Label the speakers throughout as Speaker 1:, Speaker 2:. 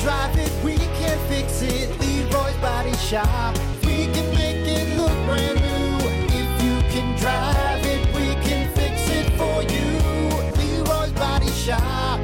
Speaker 1: drive it, we can fix it. Leroy's Body Shop. We can make it look brand new. If you can drive it, we can fix it for you. Leroy's Body Shop.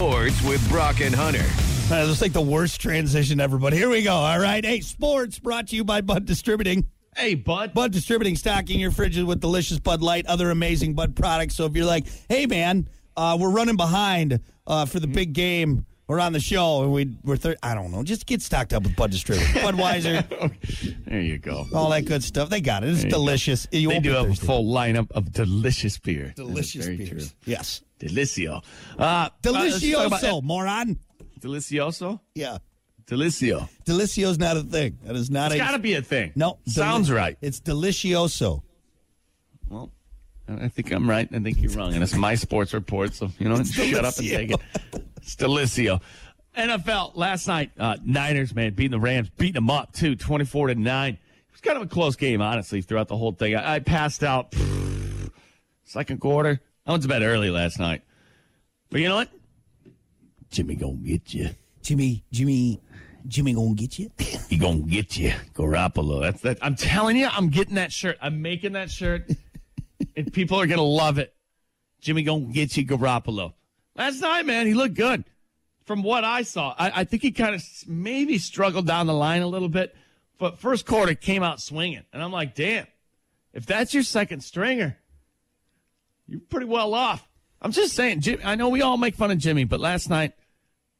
Speaker 2: Sports with Brock and Hunter.
Speaker 3: All right, let's take the worst transition ever, but here we go. All right. Hey, sports brought to you by Bud Distributing.
Speaker 4: Hey, bud.
Speaker 3: Bud Distributing, stocking your fridges with delicious Bud Light, other amazing Bud products. So if you're like, hey, man, uh, we're running behind uh, for the big game. We're on the show, and we, we're thir- I don't know. Just get stocked up with Bud Distributing, Budweiser,
Speaker 4: There you go.
Speaker 3: all that good stuff. They got it. It's
Speaker 4: There you go.
Speaker 3: delicious. You
Speaker 4: they
Speaker 3: won't
Speaker 4: do
Speaker 3: be
Speaker 4: have a
Speaker 3: thirsty.
Speaker 4: full lineup of delicious beer. That is
Speaker 3: delicious
Speaker 4: very
Speaker 3: beers.
Speaker 4: true.
Speaker 3: Yes,
Speaker 4: Delicio. Uh,
Speaker 3: delicioso,
Speaker 4: Uh, let's talk about-
Speaker 3: moron.
Speaker 4: Delicioso?
Speaker 3: Yeah,
Speaker 4: Delicio.
Speaker 3: delicio's not a thing. That is not
Speaker 4: It's
Speaker 3: a.
Speaker 4: got to be a thing.
Speaker 3: no, deli-
Speaker 4: Sounds right.
Speaker 3: It's delicioso.
Speaker 4: Well, I think I'm right. I think you're wrong. And it's my sports report. So, you know, shut up and
Speaker 3: Delicio.
Speaker 4: take it. It's Delicio. NFL last night, uh, Niners, man, beating the Rams, beating them up too, 24 to 9. It was kind of a close game, honestly, throughout the whole thing. I, I passed out pff, second quarter. I went to bed early last night. But you know what? Jimmy gonna get you.
Speaker 3: Jimmy, Jimmy, Jimmy gonna get you.
Speaker 4: He gonna get you, Garoppolo. That's that. I'm telling you, I'm getting that shirt. I'm making that shirt, and people are gonna love it. Jimmy gonna get you, Garoppolo. Last night, man, he looked good. From what I saw, I, I think he kind of maybe struggled down the line a little bit, but first quarter came out swinging, and I'm like, damn, if that's your second stringer, you're pretty well off. I'm just saying, Jim. I know we all make fun of Jimmy, but last night,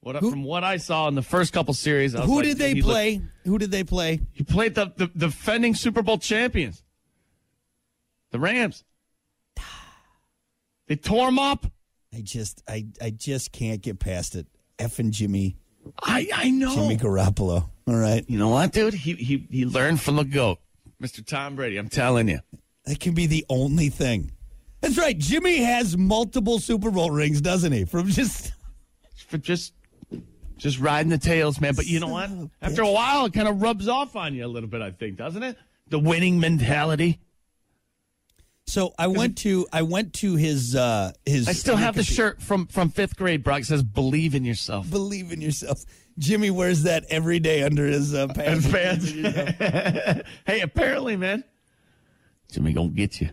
Speaker 4: what from what I saw in the first couple series, I was
Speaker 3: Who
Speaker 4: like,
Speaker 3: did
Speaker 4: dude,
Speaker 3: they
Speaker 4: he looked-
Speaker 3: play? Who did they play?
Speaker 4: he played the, the defending Super Bowl champions, the Rams. They tore him up.
Speaker 3: I just, I, I just can't get past it. Effing Jimmy,
Speaker 4: I, I know.
Speaker 3: Jimmy Garoppolo. All right,
Speaker 4: you know what, dude? He, he, he learned from the GOAT, Mr. Tom Brady. I'm telling you.
Speaker 3: that can be the only thing. That's right. Jimmy has multiple Super Bowl rings, doesn't he? From just
Speaker 4: For just just riding the tails, man. But you know what?
Speaker 3: Son of a
Speaker 4: After a while, it kind of rubs off on you a little bit, I think, doesn't it? The winning mentality.
Speaker 3: so I went to, I went to his, uh his.
Speaker 4: I still have the shirt from, from fifth grade, Brock. It says, believe in yourself.
Speaker 3: Believe in yourself. Jimmy wears that every day under his uh, pants.
Speaker 4: fans. hey, apparently, man, Jimmy gonna get you.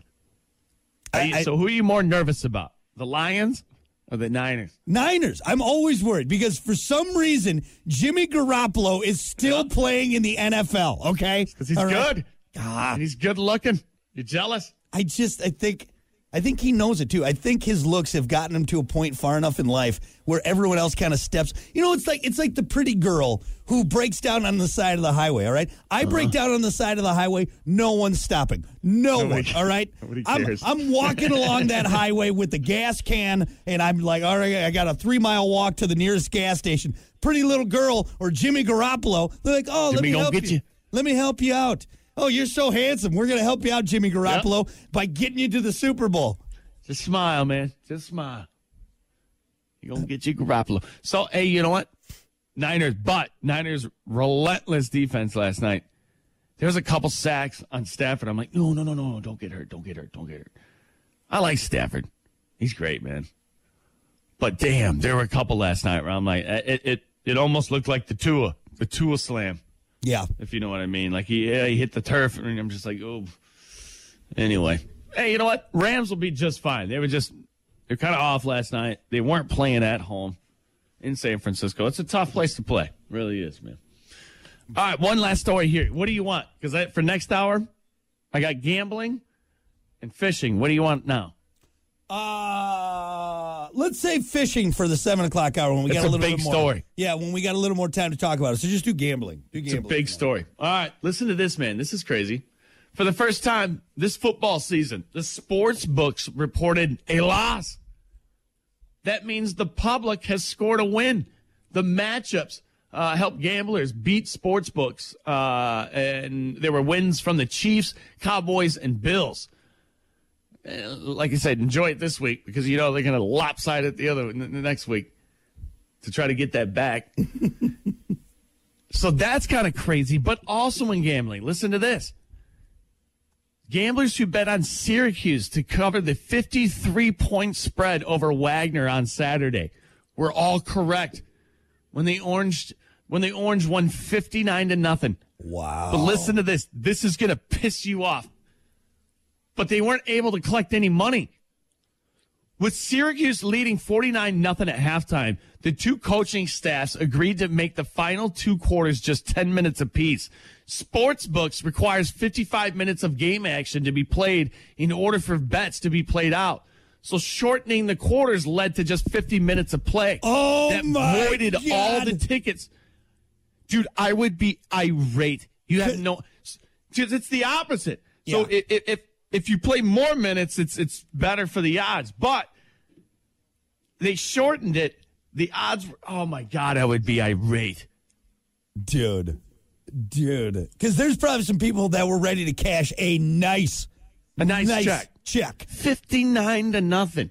Speaker 4: Are you-
Speaker 3: I- I-
Speaker 4: so, who are you more nervous about, the Lions or the Niners?
Speaker 3: Niners. I'm always worried because for some reason Jimmy Garoppolo is still playing in the NFL. Okay,
Speaker 4: Because he's
Speaker 3: All right?
Speaker 4: good. And he's good looking. You're jealous.
Speaker 3: I just I think I think he knows it too. I think his looks have gotten him to a point far enough in life where everyone else kind of steps. You know, it's like it's like the pretty girl who breaks down on the side of the highway. All right, I break
Speaker 4: Uh-huh.
Speaker 3: down on the side of the highway. No one's stopping. No one. All right,
Speaker 4: nobody
Speaker 3: I'm-
Speaker 4: cares.
Speaker 3: I'm walking along that highway with the gas can, and I'm like, all right, I got a three mile walk to the nearest gas station. Pretty little girl or Jimmy Garoppolo. They're like, oh, let
Speaker 4: Jimmy
Speaker 3: me
Speaker 4: gonna
Speaker 3: help
Speaker 4: get
Speaker 3: you.
Speaker 4: you.
Speaker 3: Let me help you out. Oh, you're so handsome. We're going to help you out, Jimmy Garoppolo, by getting you to the Super Bowl.
Speaker 4: Just smile, man. Just smile. You're gonna get you Garoppolo. So, hey, you know what? Niners, but Niners relentless defense last night. There was a couple sacks on Stafford. I'm like, no, no, no, no, no, don't get hurt, don't get hurt, don't get hurt. I like Stafford. He's great, man. But damn, there were a couple last night where I'm like, it, it, it almost looked like the Tua, the Tua slam
Speaker 3: Yeah.
Speaker 4: if you know what I mean. Like he, yeah, he hit the turf, and I'm just like, oh. Anyway, hey, you know what? Rams will be just fine. They were just they're kind of off last night. They weren't playing at home in San Francisco. It's a tough place to play, really is, man. All right, one last story here. What do you want? Because for next hour, I got gambling and fishing. What do you want now?
Speaker 3: Uh, let's say fishing for the 7 o'clock hour when we
Speaker 4: It's
Speaker 3: got a
Speaker 4: a
Speaker 3: little
Speaker 4: big
Speaker 3: bit more.
Speaker 4: story.
Speaker 3: Yeah, when we got a little more time to talk about it. So just do gambling. Do
Speaker 4: It's a
Speaker 3: gambling.
Speaker 4: big story. All right, listen to this, man. This is crazy. For the first time this football season, the sports books reported a loss. That means the public has scored a win. The matchups uh, helped gamblers beat sports books, uh, and there were wins from the Chiefs, Cowboys, and Bills. Uh, Like I said, enjoy it this week because you know they're going to lopside it the other n- n- next week to try to get that back. So that's kind of crazy, but also in gambling. Listen to this. Gamblers who bet on Syracuse to cover the 53 point spread over Wagner on Saturday were all correct. when the orange when the orange won 59 to nothing.
Speaker 3: Wow.
Speaker 4: But listen to this. This is going to piss you off. But they weren't able to collect any money. With Syracuse leading 49 nothing at halftime, the two coaching staffs agreed to make the final two quarters just 10 minutes apiece. Sportsbooks requires 55 minutes of game action to be played in order for bets to be played out. So shortening the quarters led to just 50 minutes of play.
Speaker 3: Oh
Speaker 4: that
Speaker 3: my
Speaker 4: voided all the
Speaker 3: God.
Speaker 4: tickets. Dude, I would be irate. You have no, because it's the opposite. So
Speaker 3: Yeah.
Speaker 4: i- i- if if you play more minutes, it's it's better for the odds. But they shortened it. The odds were. Oh my god, I would be irate.
Speaker 3: Dude. Dude. Because there's probably some people that were ready to cash a nice,
Speaker 4: A nice, check.
Speaker 3: check.
Speaker 4: Fifty nine to nothing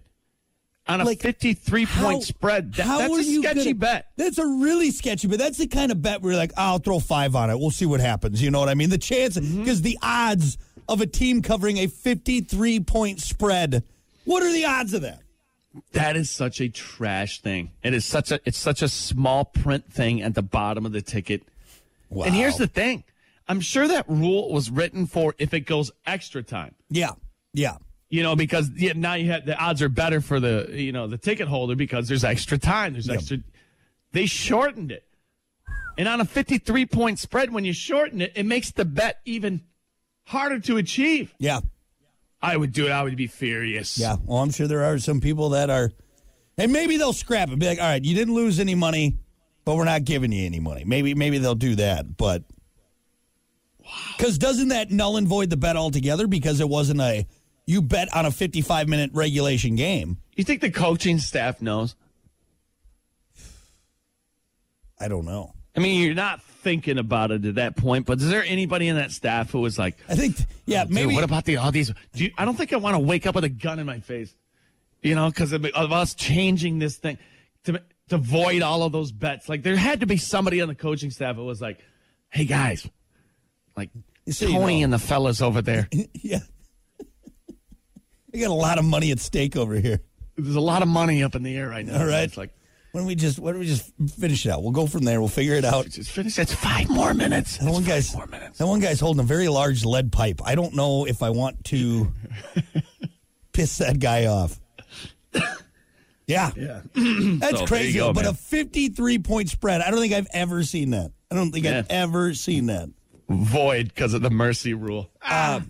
Speaker 4: on a
Speaker 3: Like,
Speaker 4: fifty three
Speaker 3: How-
Speaker 4: point spread. That,
Speaker 3: how
Speaker 4: that's
Speaker 3: are
Speaker 4: a
Speaker 3: you
Speaker 4: sketchy
Speaker 3: gonna-
Speaker 4: bet.
Speaker 3: That's a really sketchy bet. That's the kind of bet where you're like, I'll throw five on it. We'll see what happens. You know what I mean? The chance,
Speaker 4: Mm-hmm.
Speaker 3: because the odds of a team covering a 53 point spread, what are the odds of that?
Speaker 4: That is such a trash thing. It is such a it's such a small print thing at the bottom of the ticket.
Speaker 3: Wow.
Speaker 4: And here's the thing. I'm sure that rule was written for if it goes extra time.
Speaker 3: Yeah. Yeah.
Speaker 4: you know, because yeah, now you have the odds are better for the you know the ticket holder because there's extra time. There's extra. They shortened it, and on a 53 point spread, when you shorten it, it makes the bet even harder to achieve.
Speaker 3: Yeah.
Speaker 4: I would do it. I would be furious.
Speaker 3: Yeah. Well, I'm sure there are some people that are, and maybe they'll scrap it. Be like, all right, you didn't lose any money, but we're not giving you any money. Maybe, maybe they'll do that. But because doesn't that null and void the bet altogether? Because it wasn't a you bet on a 55 minute regulation game.
Speaker 4: You think the coaching staff knows?
Speaker 3: I don't know.
Speaker 4: I mean, you're not thinking about it at that point. But is there anybody in that staff who was like,
Speaker 3: I think, yeah,
Speaker 4: Oh, Dude,
Speaker 3: maybe.
Speaker 4: what about the all these? Do you, I don't think I want to wake up with a gun in my face, you know, because of, of us changing this thing to to void all of those bets. Like there had to be somebody on the coaching staff who was like, "Hey guys, like
Speaker 3: So you
Speaker 4: Tony
Speaker 3: know.
Speaker 4: and the fellas over there,
Speaker 3: yeah. I got a lot of money at stake over here.
Speaker 4: there's a lot of money up in the air right now.
Speaker 3: All right.
Speaker 4: it's like
Speaker 3: Why don't we just why don't we just finish it out? We'll go from there. We'll figure it out.
Speaker 4: just finish. It's five more minutes.
Speaker 3: That one
Speaker 4: It's
Speaker 3: guy's
Speaker 4: five more minutes.
Speaker 3: that one guy's holding a very large lead pipe. I don't know if I want to piss that guy off. Yeah,
Speaker 4: Yeah,
Speaker 3: that's
Speaker 4: So, there
Speaker 3: crazy.
Speaker 4: you go,
Speaker 3: but
Speaker 4: man.
Speaker 3: a fifty-three point spread. I don't think I've ever seen that. I don't think I've
Speaker 4: Yeah.
Speaker 3: ever seen that.
Speaker 4: void because of the mercy rule.
Speaker 3: I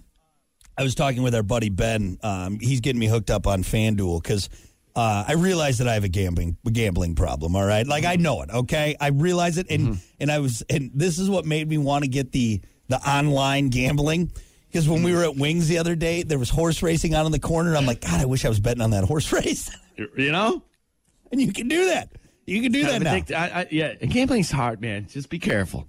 Speaker 3: was talking with our buddy Ben. Um, he's getting me hooked up on FanDuel because uh, I realize that I have a gambling gambling problem. All right, like I know it. Okay, I realize it, and and I was, and this is what made me want to get the the online gambling because when we were at Wings the other day, there was horse racing out in the corner. And I'm like, God, I wish I was betting on that horse race.
Speaker 4: You know,
Speaker 3: and you can do that. You can do
Speaker 4: Kind of
Speaker 3: that now.
Speaker 4: addict- I- I- yeah, gambling's hard, man. Just be careful.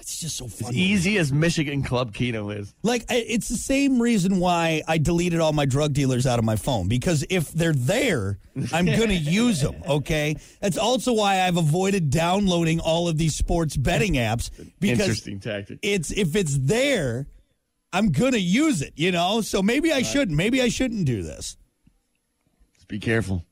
Speaker 3: It's just so funny.
Speaker 4: Easy as Michigan Club Keto is.
Speaker 3: Like I- it's the same reason why I deleted all my drug dealers out of my phone because if they're there, I'm going to use them, okay? That's also why I've avoided downloading all of these sports betting apps because
Speaker 4: Interesting tactic.
Speaker 3: it's if it's there, I'm going to use it, you know? So maybe I shouldn't. Maybe I shouldn't do this.
Speaker 4: Just be careful.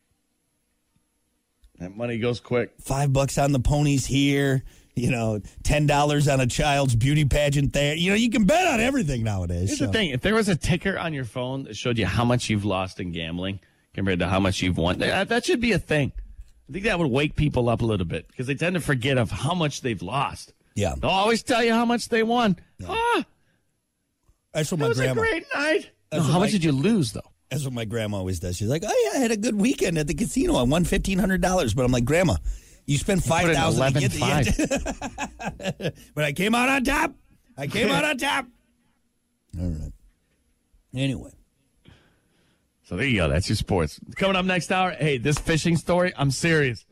Speaker 4: That money goes quick.
Speaker 3: 5 bucks on the ponies here, you know, $10 on a child's beauty pageant there. You know, you can bet on everything nowadays.
Speaker 4: Here's
Speaker 3: so-
Speaker 4: the thing: if there was a ticker on your phone that showed you how much you've lost in gambling compared to how much you've won, that, that should be a thing. I think that would wake people up a little bit because they tend to forget of how much they've lost.
Speaker 3: Yeah.
Speaker 4: They'll always tell you how much they won. Ah,
Speaker 3: That's what
Speaker 4: that
Speaker 3: my
Speaker 4: was
Speaker 3: grandma
Speaker 4: a great night. No,
Speaker 3: That's what
Speaker 4: how much
Speaker 3: my-
Speaker 4: did you lose though?
Speaker 3: That's what my grandma always does. She's like, "Oh yeah, I had a good weekend at the casino. I won fifteen hundred dollars." But I'm like, "Grandma, you spent
Speaker 4: Put
Speaker 3: five
Speaker 4: in
Speaker 3: thousand to
Speaker 4: eleven
Speaker 3: get
Speaker 4: five.
Speaker 3: the but I came out on top. I came out on top." All right. Anyway,
Speaker 4: So there you go. That's your sports. Coming up next hour. Hey, this fishing story. I'm serious.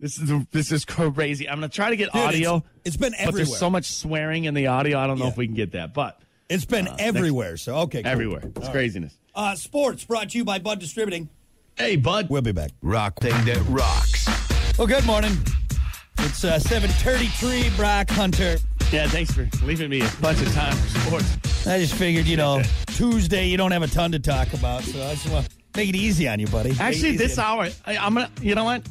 Speaker 4: This is this is crazy. I'm gonna try to get
Speaker 3: Dude, it's-
Speaker 4: audio.
Speaker 3: it's been
Speaker 4: But
Speaker 3: everywhere.
Speaker 4: there's so much swearing in the audio. I don't know
Speaker 3: Yeah.
Speaker 4: if we can get that, but
Speaker 3: it's been everywhere. So okay, cool.
Speaker 4: everywhere. It's craziness.
Speaker 3: Uh, sports brought to you by Bud Distributing.
Speaker 4: Hey, bud.
Speaker 3: We'll be back.
Speaker 2: Rock thing that rocks.
Speaker 3: Well, good morning. It's uh, seven thirty-three. Brock Hunter.
Speaker 4: Yeah, thanks for leaving me a bunch of time for sports.
Speaker 3: I just figured, you know, Tuesday you don't have a ton to talk about, so I just want to make it easy on you, buddy. Make it
Speaker 4: Actually,
Speaker 3: easy
Speaker 4: this
Speaker 3: on-
Speaker 4: hour, I, I'm gonna. You know what?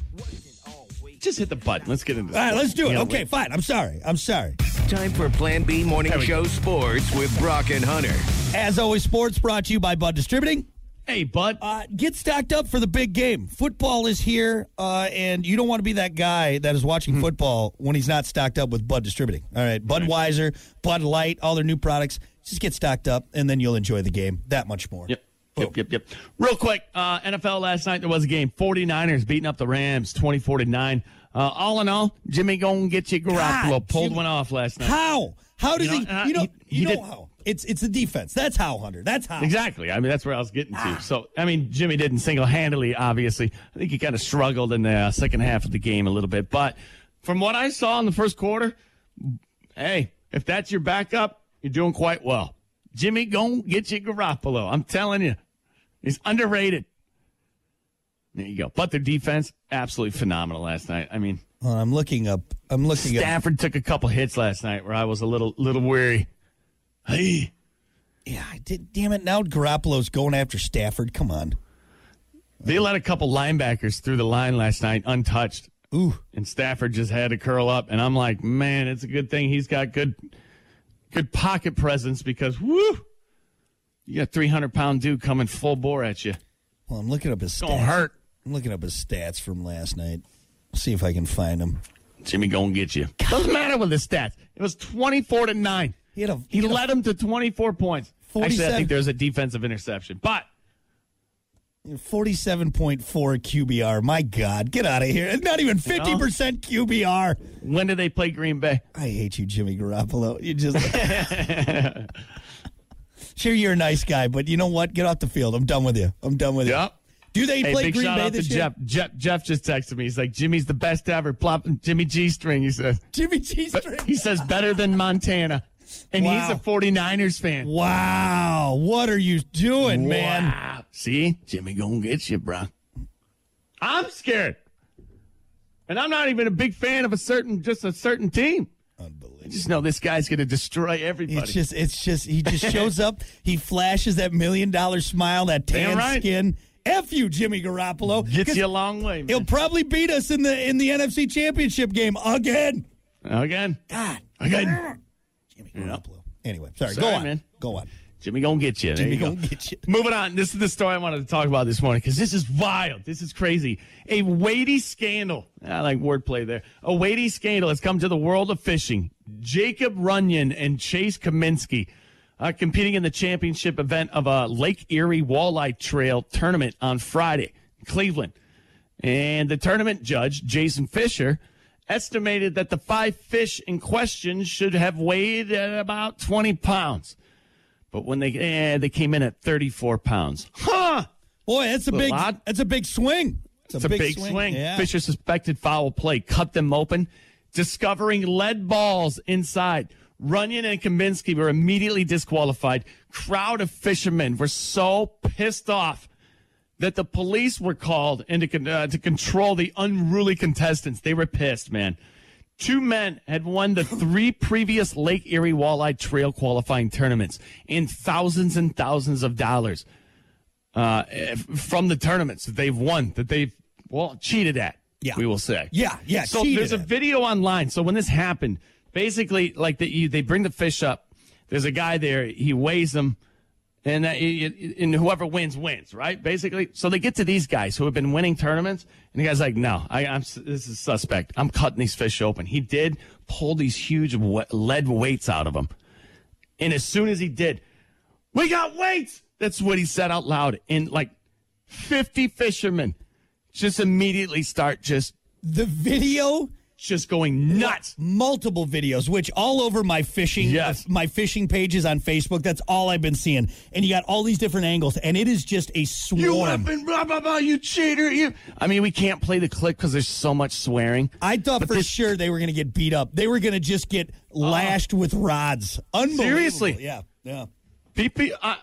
Speaker 4: just hit the button. Let's get into this.
Speaker 3: All right, let's do it.
Speaker 4: Yeah,
Speaker 3: Okay,
Speaker 4: wait.
Speaker 3: fine. I'm sorry. I'm sorry.
Speaker 5: Time for Plan B Morning
Speaker 4: There we
Speaker 5: Show
Speaker 4: go.
Speaker 5: Sports with Brock and Hunter.
Speaker 3: As always, sports brought to you by Bud Distributing.
Speaker 4: Hey, bud.
Speaker 3: Uh, get stocked up for the big game. Football is here, uh, and you don't want to be that guy that is watching
Speaker 4: Hmm.
Speaker 3: football when he's not stocked up with Bud Distributing. All right, Budweiser, Bud Light, all their new products. Just get stocked up, and then you'll enjoy the game that much more.
Speaker 4: Yep.
Speaker 3: Boom.
Speaker 4: Yep, yep, yep. Real quick, uh, NFL last night, there was a game. 49ers beating up the Rams 24 to 9. Uh, all in all, Jimmy going to get you Garoppolo.
Speaker 3: God,
Speaker 4: pulled
Speaker 3: Jimmy-
Speaker 4: one off last night.
Speaker 3: How? How does
Speaker 4: You know,
Speaker 3: he?
Speaker 4: uh,
Speaker 3: you know,
Speaker 4: he-
Speaker 3: you
Speaker 4: he
Speaker 3: know
Speaker 4: did-
Speaker 3: how. It's it's the defense. That's how Hunter. That's how.
Speaker 4: Exactly. I mean, that's where I was getting to. So, I mean, Jimmy didn't single handedly, obviously. I think he kind of struggled in the uh, second half of the game a little bit. But from what I saw in the first quarter, hey, if that's your backup, you're doing quite well. Jimmy, go get you Garoppolo. I'm telling you, he's underrated. There you go. But their defense, absolutely phenomenal last night. I mean,
Speaker 3: Hold on, I'm looking up. I'm looking up.
Speaker 4: Stafford took a couple hits last night where I was a little, little weary. Hey,
Speaker 3: Yeah, I did. Damn it! Now Garoppolo's going after Stafford. Come on.
Speaker 4: They let a couple linebackers through the line last night untouched. Ooh. And Stafford just had to curl up. And I'm like, man, it's a good thing he's got good good pocket presence because woo you got three hundred pound dude coming full bore at you.
Speaker 3: Well, I'm looking up his stats.
Speaker 4: Don't hurt.
Speaker 3: I'm looking up his stats from last night. See if I can find him.
Speaker 4: Jimmy gonna get you. Doesn't matter with the stats. It was twenty four to nine.
Speaker 3: He had a-
Speaker 4: he
Speaker 3: he had a-
Speaker 4: led him to twenty four points. Actually, I
Speaker 3: 47.
Speaker 4: think there's a defensive interception. But
Speaker 3: 47.4 QBR. My God, get out of here. It's not even 50% QBR.
Speaker 4: when did they play Green Bay?
Speaker 3: I hate you, Jimmy Garoppolo. You just. sure, you're a nice guy, but you know what? Get off the field. I'm done with you. I'm done with
Speaker 4: Yep.
Speaker 3: you. Do they
Speaker 4: Hey,
Speaker 3: play
Speaker 4: big
Speaker 3: Green
Speaker 4: shout
Speaker 3: Bay
Speaker 4: out to
Speaker 3: this year?
Speaker 4: Jeff. Jeff. Jeff just texted me. He's like, Jimmy's the best ever. Plop Jimmy G string. He says,
Speaker 3: Jimmy G. String.
Speaker 4: he says better than Montana, and
Speaker 3: Wow.
Speaker 4: he's a 49ers fan.
Speaker 3: Wow. What are you doing, man?
Speaker 4: Wow. See, Jimmy gonna get you, bro. I'm scared, and I'm not even a big fan of a certain, just a certain team.
Speaker 3: Unbelievable.
Speaker 4: Just know this guy's gonna destroy everybody.
Speaker 3: It's just, it's just, he just shows up. He flashes that million dollar smile, that tan
Speaker 4: Damn right.
Speaker 3: skin. F you, Jimmy Garoppolo.
Speaker 4: Gets
Speaker 3: 'Cause
Speaker 4: you a long way,
Speaker 3: He'll
Speaker 4: man.
Speaker 3: probably beat us in the in the NFC Championship game again.
Speaker 4: Again,
Speaker 3: God,
Speaker 4: again,
Speaker 3: Jimmy Garoppolo. Anyway, sorry.
Speaker 4: Sorry,
Speaker 3: go on,
Speaker 4: man.
Speaker 3: Go on.
Speaker 4: Jimmy gonna get you. There
Speaker 3: Jimmy
Speaker 4: you go.
Speaker 3: gonna get you.
Speaker 4: Moving on. This is the story I wanted to talk about this morning because this is wild. This is crazy. A weighty scandal. I like wordplay there. A weighty scandal has come to the world of fishing. Jacob Runyon and Chase Kaminsky are competing in the championship event of a Lake Erie Walleye Trail tournament on Friday in Cleveland. And the tournament judge, Jason Fisher, estimated that the five fish in question should have weighed at about 20 pounds. But when they eh, they came in at 34 pounds. Huh!
Speaker 3: Boy, that's a
Speaker 4: A
Speaker 3: big
Speaker 4: lot.
Speaker 3: that's a big swing.
Speaker 4: It's a big, swing.
Speaker 3: Yeah.
Speaker 4: Fisher suspected foul play, cut them open, discovering lead balls inside. Runyon and Kaminsky were immediately disqualified. Crowd of fishermen were so pissed off that the police were called in to, con- uh, to control the unruly contestants. They were pissed, man. Two men had won the three previous Lake Erie Walleye Trail qualifying tournaments in thousands and thousands of dollars uh, f- from the tournaments that they've won, that they've, well, cheated at,
Speaker 3: Yeah.
Speaker 4: we will say.
Speaker 3: Yeah, yeah,
Speaker 4: So
Speaker 3: cheated
Speaker 4: there's a
Speaker 3: at.
Speaker 4: video online. So when this happened, basically, like the, you, they bring the fish up. There's a guy there. He weighs them, and that, and whoever wins wins, right? Basically, so they get to these guys who have been winning tournaments, and the guy's like, "No, I, I'm s- this is suspect. I'm cutting these fish open." He did pull these huge we- lead weights out of them, and as soon as he did, we got weights. That's what he said out loud, and like 50 fishermen just immediately start just
Speaker 3: The video
Speaker 4: just going nuts.
Speaker 3: multiple videos, which all over my fishing, uh,
Speaker 4: Yes.
Speaker 3: my fishing pages on Facebook. That's all I've been seeing, and you got all these different angles, and it is just a swarm.
Speaker 4: You weapon, blah blah blah. You cheater! You. I mean, we can't play the clip because there's so much swearing.
Speaker 3: I thought
Speaker 4: But
Speaker 3: for
Speaker 4: this- Uh-huh.
Speaker 3: sure they were going to get beat up. They were going to just get lashed with rods. Unbelievable.
Speaker 4: Seriously?
Speaker 3: Yeah. Yeah.
Speaker 4: PP, I,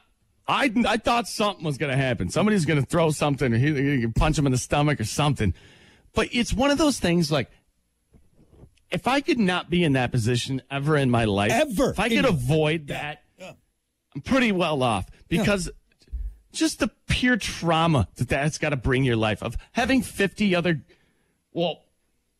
Speaker 4: I, I thought something was going to happen. Somebody's going to throw something, or he, you can punch him in the stomach, or something. But it's one of those things. Like, if I could not be in that position ever in my life,
Speaker 3: Ever.
Speaker 4: if I could
Speaker 3: In-
Speaker 4: avoid that, I'm pretty well off because. Just the pure trauma that that's got to bring your life of having 50 other, well,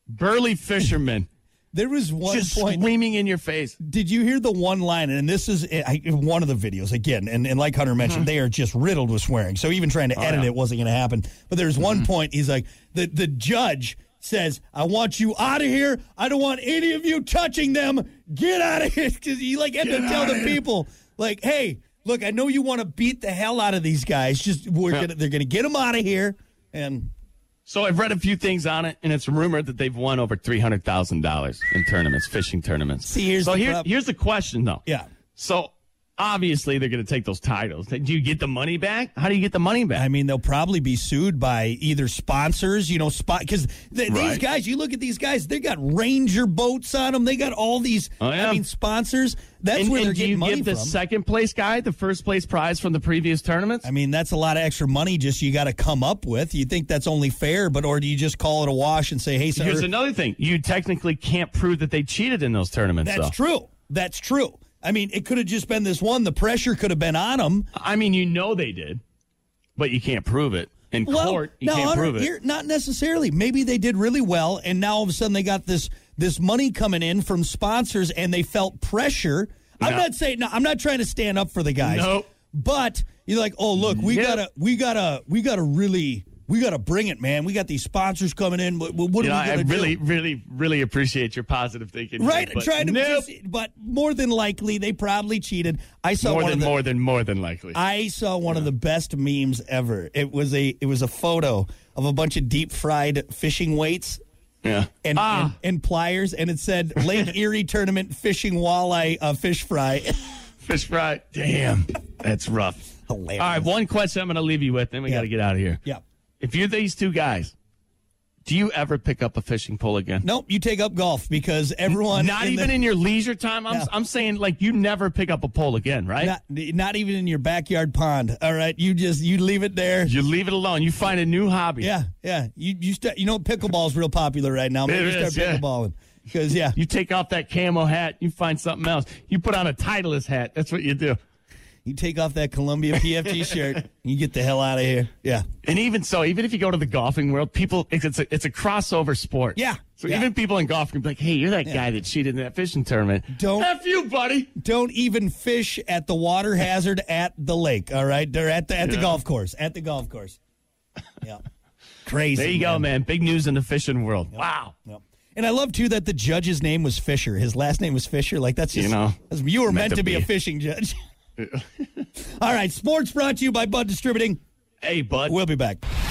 Speaker 4: burly fishermen
Speaker 3: There was one
Speaker 4: just
Speaker 3: point.
Speaker 4: screaming in your face.
Speaker 3: Did you hear the one line? And this is I, one of the videos again. And, and like Hunter mentioned, they are just riddled with swearing. So even trying to edit
Speaker 4: Uh-huh. Oh, yeah. Mm-hmm.
Speaker 3: it wasn't going to happen. But there's one point he's like, the the judge says, "I want you out of here. I don't want any of you touching them. Get out of here." Because he like had to tell the people, like, "Hey, look, I know you want to beat the hell out of these guys. Just we're
Speaker 4: Yeah.
Speaker 3: gonna they're going to get them out of here." And
Speaker 4: So I've read a few things on it, and it's rumored that they've won over three hundred thousand dollars in tournaments, fishing tournaments.
Speaker 3: See, here's
Speaker 4: so
Speaker 3: the
Speaker 4: here,
Speaker 3: prob-
Speaker 4: here's the question, though.
Speaker 3: Yeah.
Speaker 4: So obviously they're going to take those titles. Do you get the money back? How do you get the money back?
Speaker 3: I mean, they'll probably be sued by either sponsors, you know, spot because these
Speaker 4: Right.
Speaker 3: guys. You look at these guys; they got Ranger boats on them. They got all these.
Speaker 4: Oh, yeah.
Speaker 3: I mean, sponsors. That's
Speaker 4: and
Speaker 3: where
Speaker 4: and
Speaker 3: they're
Speaker 4: do
Speaker 3: getting
Speaker 4: you
Speaker 3: money
Speaker 4: give the
Speaker 3: from.
Speaker 4: second place guy the first place prize from the previous tournaments?
Speaker 3: I mean, that's a lot of extra money. Just you got to come up with. You think that's only fair, but or do you just call it a wash and say, "Hey, sir,
Speaker 4: Here's another thing: you technically can't prove that they cheated in those tournaments.
Speaker 3: that's
Speaker 4: though.
Speaker 3: true. That's true." I mean, it could have just been this one. The pressure could have been on them.
Speaker 4: I mean, you know they did, but you can't prove it in court. You
Speaker 3: now,
Speaker 4: can't
Speaker 3: Hunter,
Speaker 4: prove it.
Speaker 3: here- not necessarily. Maybe they did really well, and now all of a sudden they got this this money coming in from sponsors, and they felt pressure. I'm
Speaker 4: No.
Speaker 3: not saying. No, I'm not trying to stand up for the guys.
Speaker 4: Nope.
Speaker 3: But you're like, oh look, we
Speaker 4: Yep.
Speaker 3: gotta, we gotta, we gotta really, we gotta bring it, man. We got these sponsors coming in. What, what
Speaker 4: You know,
Speaker 3: are we
Speaker 4: I
Speaker 3: gonna do?
Speaker 4: really, really, really appreciate your positive thinking. here,
Speaker 3: Right,
Speaker 4: but
Speaker 3: trying to,
Speaker 4: nope.
Speaker 3: just- but more than likely they probably cheated. I saw
Speaker 4: more
Speaker 3: one
Speaker 4: than
Speaker 3: of the,
Speaker 4: more than more than likely.
Speaker 3: I saw one of the best memes ever. It was a it was a photo of a bunch of deep fried fishing weights
Speaker 4: yeah.
Speaker 3: and,
Speaker 4: ah,
Speaker 3: and and pliers, and it said Lake Erie tournament fishing walleye uh, fish fry.
Speaker 4: fish fry. Damn, that's rough.
Speaker 3: Hilarious.
Speaker 4: All right, one question I'm going to leave you with, then we
Speaker 3: Yeah.
Speaker 4: got to get out of here.
Speaker 3: Yeah.
Speaker 4: If you're these two guys, do you ever pick up a fishing pole again?
Speaker 3: Nope, you take up golf because everyone
Speaker 4: Not even
Speaker 3: the-
Speaker 4: in your leisure time. I'm
Speaker 3: No.
Speaker 4: I'm saying like you never pick up a pole again, right?
Speaker 3: not, not even in your backyard pond. All right, you just you leave it there.
Speaker 4: You leave it alone. You find a new hobby.
Speaker 3: Yeah, yeah. You you start you know pickleball's real popular right now. Maybe
Speaker 4: It
Speaker 3: you
Speaker 4: is,
Speaker 3: start
Speaker 4: yeah.
Speaker 3: pickleballing because yeah.
Speaker 4: You take off that camo hat. You find something else. You put on a Titleist hat. That's what you do.
Speaker 3: You take off that Columbia PFG shirt, and you get the hell out of here. Yeah.
Speaker 4: And even so, even if you go to the golfing world, people it's, it's a it's a crossover sport.
Speaker 3: Yeah.
Speaker 4: So
Speaker 3: Yeah.
Speaker 4: even people in golf can be like, "Hey, you're that guy that cheated in that fishing tournament."
Speaker 3: Don't-
Speaker 4: f you, buddy.
Speaker 3: don't even fish at the water hazard at the lake. All right, they're at the at the
Speaker 4: Yeah.
Speaker 3: golf course. At the golf course. Yeah, crazy.
Speaker 4: There you go, man. Big news in the fishing world. Wow.
Speaker 3: Yep. And I love too that the judge's name was Fisher. His last name was Fisher. Like that's
Speaker 4: You
Speaker 3: just,
Speaker 4: know,
Speaker 3: that's- you were meant, to be, a fishing judge. all right, sports brought to you by Bud Distributing.
Speaker 4: Hey, bud.
Speaker 3: We'll be back.